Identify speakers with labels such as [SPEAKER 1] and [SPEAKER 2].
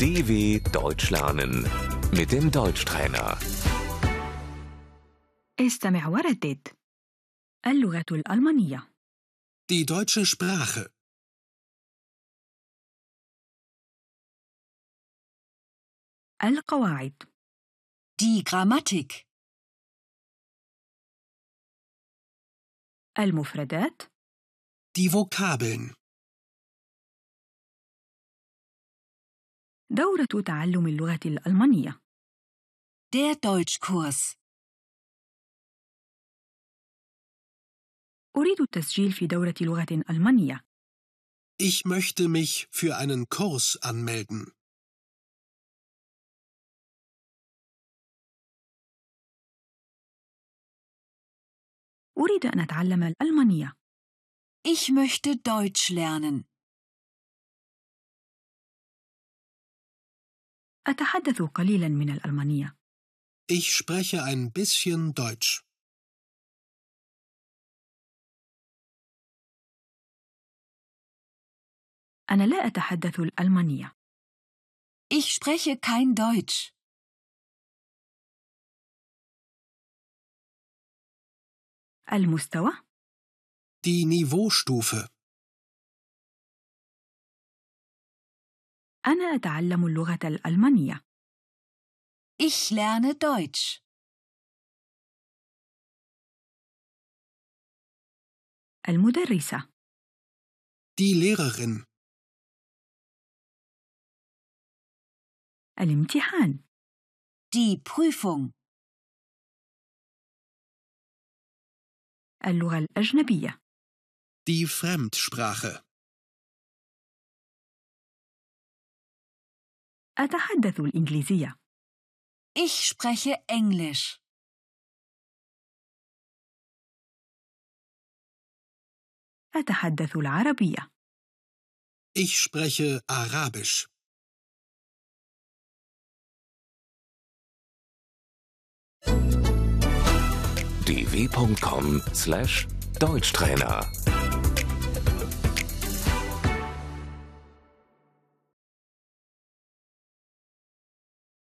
[SPEAKER 1] DW Deutsch lernen mit dem Deutschtrainer.
[SPEAKER 2] استمع وردد اللغة الألمانية
[SPEAKER 3] Die deutsche Sprache.
[SPEAKER 2] القواعد
[SPEAKER 4] Die Grammatik.
[SPEAKER 2] المفردات
[SPEAKER 3] Die Vokabeln.
[SPEAKER 2] دورة تعلم اللغة الألمانية
[SPEAKER 4] Der Deutschkurs.
[SPEAKER 2] أريد التسجيل في دورة لغة ألمانية
[SPEAKER 3] Ich möchte mich für einen Kurs anmelden.
[SPEAKER 2] أريد أن أتعلم الألمانية
[SPEAKER 4] Ich möchte Deutsch lernen.
[SPEAKER 2] أتحدث قليلا من الألمانية
[SPEAKER 3] Ich spreche ein bisschen Deutsch.
[SPEAKER 2] أنا لا أتحدث الألمانية
[SPEAKER 4] Ich spreche kein Deutsch.
[SPEAKER 2] المستوى
[SPEAKER 3] Die Niveaustufe.
[SPEAKER 2] أنا أتعلم اللغة الألمانية
[SPEAKER 4] Ich lerne Deutsch.
[SPEAKER 2] المدرسة
[SPEAKER 3] Die Lehrerin.
[SPEAKER 2] الامتحان
[SPEAKER 4] Die Prüfung.
[SPEAKER 2] اللغة الأجنبية
[SPEAKER 3] Die Fremdsprache.
[SPEAKER 2] أتحدث الإنجليزية
[SPEAKER 4] Ich spreche Englisch.
[SPEAKER 2] أتحدث العربية
[SPEAKER 3] Ich spreche Arabisch.
[SPEAKER 1] dw.com/deutschtrainer